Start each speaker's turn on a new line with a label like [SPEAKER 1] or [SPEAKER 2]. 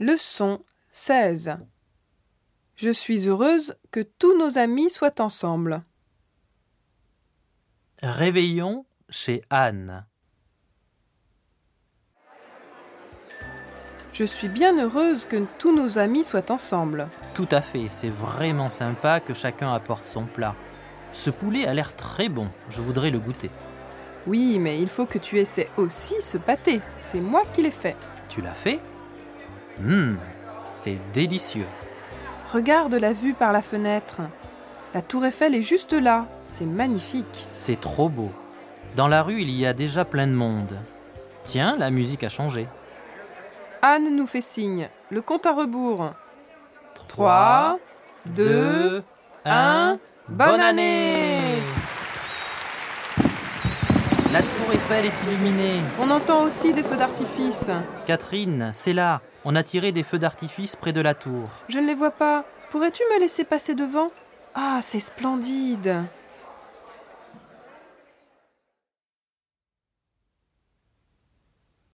[SPEAKER 1] Leçon 16 Je suis heureuse que tous nos amis soient ensemble.
[SPEAKER 2] Réveillons chez Anne.
[SPEAKER 1] Je suis bien heureuse que tous nos amis soient ensemble.
[SPEAKER 2] Tout à fait, c'est vraiment sympa que chacun apporte son plat. Ce poulet a l'air très bon, je voudrais le goûter.
[SPEAKER 1] Oui, mais il faut que tu essaies aussi ce pâté. C'est moi qui l'ai fait.
[SPEAKER 2] Tu l'as fait Hum, c'est délicieux.
[SPEAKER 1] Regarde la vue par la fenêtre. La tour Eiffel est juste là. C'est magnifique.
[SPEAKER 2] C'est trop beau. Dans la rue, il y a déjà plein de monde. Tiens, la musique a changé.
[SPEAKER 1] Anne nous fait signe. Le compte à rebours. Trois,
[SPEAKER 2] Trois,
[SPEAKER 1] deux,
[SPEAKER 2] deux,
[SPEAKER 1] un.
[SPEAKER 2] un.
[SPEAKER 1] Bonne année
[SPEAKER 2] La tour Eiffel est illuminée.
[SPEAKER 1] On entend aussi des feux d'artifice.
[SPEAKER 2] Catherine, c'est là. On a tiré des feux d'artifice près de la tour.
[SPEAKER 1] Je ne les vois pas. Pourrais-tu me laisser passer devant Ah, c'est splendide